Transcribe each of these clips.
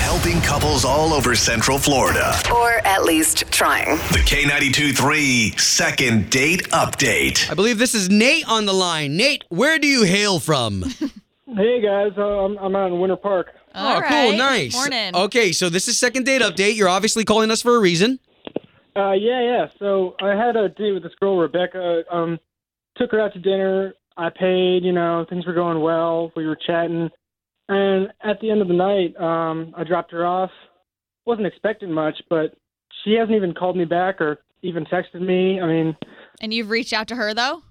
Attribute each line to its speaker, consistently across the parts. Speaker 1: helping couples all over Central Florida.
Speaker 2: Or at least trying.
Speaker 1: The K92 3 Second Date Update.
Speaker 3: I believe this is Nate on the line. Nate, where do you hail from?
Speaker 4: Hey guys, uh, I'm, I'm out in Winter Park.
Speaker 3: oh,
Speaker 5: All
Speaker 3: cool,
Speaker 5: right.
Speaker 3: nice.
Speaker 5: Morning.
Speaker 3: Okay, so this is second date update. You're obviously calling us for a reason.
Speaker 4: Uh, yeah, yeah. So I had a date with this girl Rebecca. Um, took her out to dinner. I paid. You know, things were going well. We were chatting, and at the end of the night, um, I dropped her off. wasn't expecting much, but she hasn't even called me back or even texted me. I mean,
Speaker 5: And you've reached out to her though?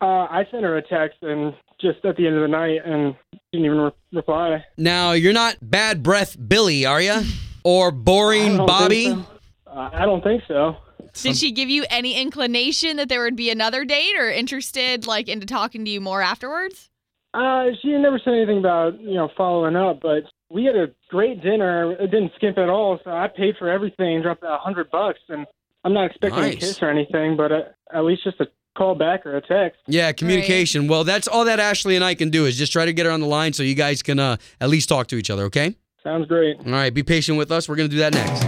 Speaker 4: uh, I sent her a text and just at the end of the night, and didn't even re- reply.
Speaker 3: Now, you're not bad breath Billy, are you? Or boring
Speaker 4: I don't
Speaker 3: Bobby?
Speaker 4: think so. Uh, I don't think so.
Speaker 3: Um,
Speaker 5: Did she give you any inclination that there would be another date or interested like into talking to you more afterwards?
Speaker 4: Uh, she never said anything about you know following up, but we had a great dinner. It didn't skimp at all, so I paid for everything, dropped a hundred bucks, and I'm not expecting
Speaker 3: Nice.
Speaker 4: a kiss or anything, but uh, at least just a call back or a text.
Speaker 3: Yeah, communication. Well, that's all that Ashley and I can do is just try to get her on the line so you guys can uh, at least talk to each other, okay?
Speaker 4: Sounds great.
Speaker 3: All right, be patient with us. We're going to do that next.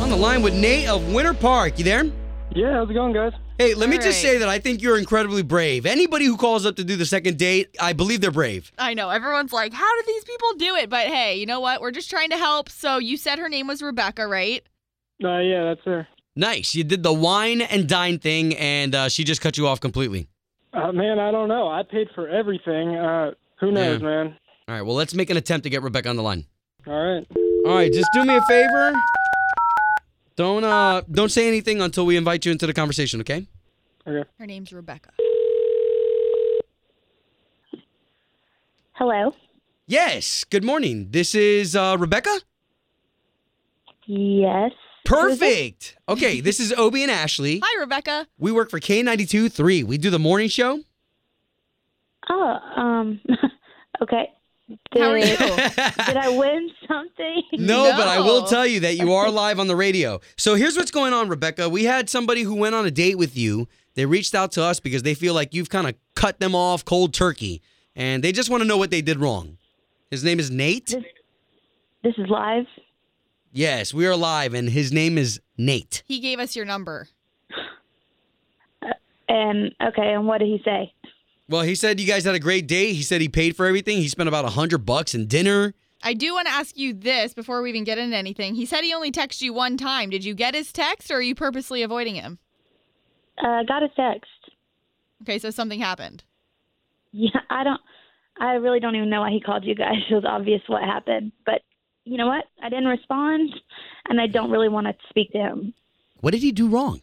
Speaker 3: On the line with Nate of Winter Park. You there?
Speaker 4: Yeah, how's it going, guys?
Speaker 3: Hey, let me
Speaker 5: All
Speaker 3: just
Speaker 5: right.
Speaker 3: say that I think you're incredibly brave. Anybody who calls up to do the second date, I believe they're brave.
Speaker 5: I know everyone's like, how do these people do it? But hey, you know what? We're just trying to help. So you said her name was Rebecca, right?
Speaker 4: Uh, yeah, that's her.
Speaker 3: Nice. You did the wine and dine thing, and uh, she just cut you off completely.
Speaker 4: Uh, man, I don't know. I paid for everything. Uh, who knows,
Speaker 3: Yeah.
Speaker 4: man?
Speaker 3: All right, well, let's make an attempt to get Rebecca on the line.
Speaker 4: All right.
Speaker 3: All right, just do me a favor. Don't uh, don't say anything until we invite you into the conversation, okay?
Speaker 4: Okay.
Speaker 5: Her name's Rebecca.
Speaker 6: Hello.
Speaker 3: Yes. Good morning. This is uh, Rebecca.
Speaker 6: Yes.
Speaker 3: Perfect. Okay, this is Obie and Ashley.
Speaker 5: Hi, Rebecca.
Speaker 3: We work for K92 3. We do the morning show.
Speaker 6: Oh, um, okay. Did,
Speaker 5: How are you?
Speaker 6: did I win something?
Speaker 3: No, but I will
Speaker 5: No.
Speaker 3: tell you that you are live on the radio. So here's what's going on, Rebecca. We had somebody who went on a date with you. They reached out to us because they feel like you've kind of cut them off cold turkey and they just want to know what they did wrong. His name is Nate.
Speaker 6: This is live.
Speaker 3: Yes, we are live and his name is Nate.
Speaker 5: He gave us your number.
Speaker 6: And okay, and what did he say?
Speaker 3: Well, he said you guys had a great date. He said he paid for everything. He spent about a 100 bucks in dinner.
Speaker 5: I do want to ask you this before we even get into anything. He said he only texted you one time. Did you get his text or are you purposely avoiding him?
Speaker 6: Uh, got a text.
Speaker 5: Okay, so something happened.
Speaker 6: Yeah, I don't. I really don't even know why he called you guys. It was obvious what happened, but you know what? I didn't respond, and I don't really want to speak to him.
Speaker 3: What did he do wrong?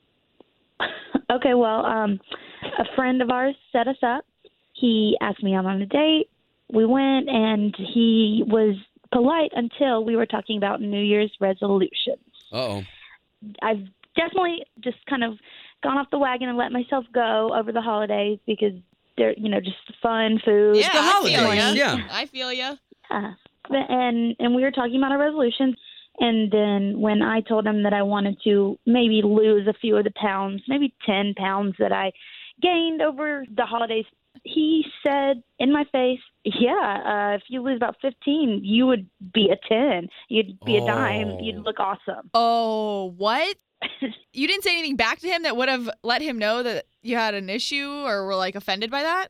Speaker 6: Okay, well, um, a friend of ours set us up. He asked me out on a date. We went, and he was polite until we were talking about New Year's resolutions.
Speaker 3: Uh oh.
Speaker 6: I've definitely just kind of gone off the wagon and let myself go over the holidays because they're, you know, just fun food.
Speaker 5: Yeah, I
Speaker 3: the
Speaker 5: feel
Speaker 3: holidays,
Speaker 5: ya.
Speaker 3: yeah.
Speaker 5: I feel you.
Speaker 6: Uh, and and we were talking about our resolutions and then when I told him that I wanted to maybe lose a few of the pounds, maybe 10 pounds that I gained over the holidays, he said in my face, "Yeah, uh, if you lose about 15, you would be a 10. You'd be a
Speaker 3: Oh.
Speaker 6: dime. You'd look awesome."
Speaker 5: Oh, what? you didn't say anything back to him that would have let him know that you had an issue or were like offended by that?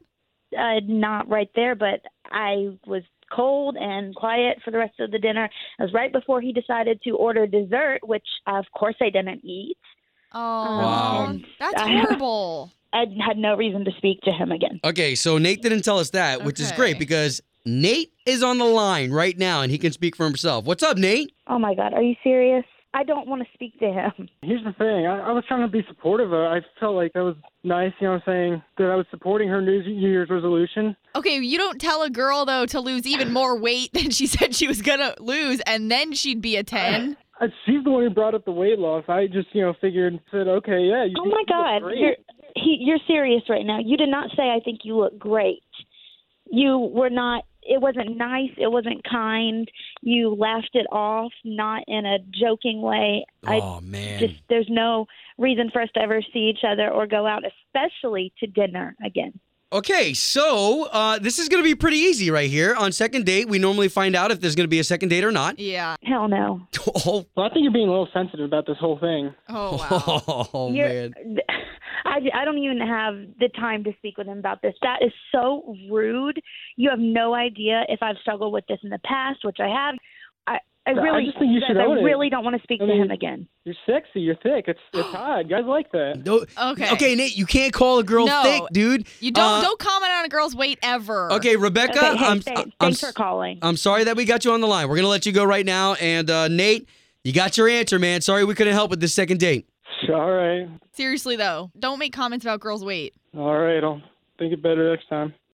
Speaker 6: uh, not right there, but I was cold and quiet for the rest of the dinner. It was right before he decided to order dessert, which of course I didn't eat.
Speaker 5: Oh, um,
Speaker 3: Wow.
Speaker 5: that's
Speaker 6: I-
Speaker 5: horrible.
Speaker 6: I had no reason to speak to him again.
Speaker 3: Okay, so Nate didn't tell us that, which is great
Speaker 5: Okay.
Speaker 3: because Nate is on the line right now and he can speak for himself. What's up, Nate?
Speaker 6: Oh my God, are you serious? I don't want to speak to him.
Speaker 4: Here's the thing. I, I was trying to be supportive. Of, her. I felt like that was nice. You know, what I'm saying that I was supporting her New New Year's resolution.
Speaker 5: Okay, you don't tell a girl though to lose even more weight than she said she was gonna lose, and then she'd be a ten.
Speaker 4: Uh, She's the one who brought up the weight loss. I just, you know, figured said, okay, yeah. You,
Speaker 6: Oh
Speaker 4: you
Speaker 6: my
Speaker 4: look
Speaker 6: God,
Speaker 4: great.
Speaker 6: you're he, you're serious right now. You did not say I think you look great. You were not. It wasn't nice. It wasn't kind. You laughed it off, not in a joking way. I
Speaker 3: oh man.
Speaker 6: just there's no reason for us to ever see each other or go out, especially to dinner again.
Speaker 3: Okay, so uh, this is going to be pretty easy right here. On second date, we normally find out if there's going to be a second date or not.
Speaker 5: Yeah.
Speaker 6: Hell no.
Speaker 3: Oh,
Speaker 4: Well, I think you're being a little sensitive about this whole thing.
Speaker 5: Oh wow.
Speaker 6: You're-
Speaker 3: man.
Speaker 6: I, I don't even have the time to speak with him about this. That is so rude. You have no idea if I've struggled with this in the past, which I have. I,
Speaker 4: I
Speaker 6: I really,
Speaker 4: just think you
Speaker 6: guys,
Speaker 4: should
Speaker 6: I
Speaker 4: own it.
Speaker 6: really don't want to speak
Speaker 4: I
Speaker 6: to
Speaker 4: mean-
Speaker 6: him again.
Speaker 4: You're sexy. You're thick. It's it's hot. Guys like that.
Speaker 3: No-
Speaker 5: Okay.
Speaker 3: Okay, Nate, you can't call a girl
Speaker 5: No.
Speaker 3: thick, dude.
Speaker 5: You don't
Speaker 3: Uh,
Speaker 5: don't comment on a girl's weight ever.
Speaker 3: Okay, Rebecca,
Speaker 6: Okay, hey,
Speaker 3: I'm,
Speaker 6: thanks,
Speaker 3: I'm,
Speaker 6: thanks
Speaker 3: s-
Speaker 6: for calling.
Speaker 3: I'm sorry that we got you on the line. We're going to let you go right now. And uh, Nate, you got your answer, man. Sorry we couldn't help with this second date.
Speaker 4: All right.
Speaker 5: Seriously though, don't make comments about girls' weight.
Speaker 4: All right. I'll think it better next time.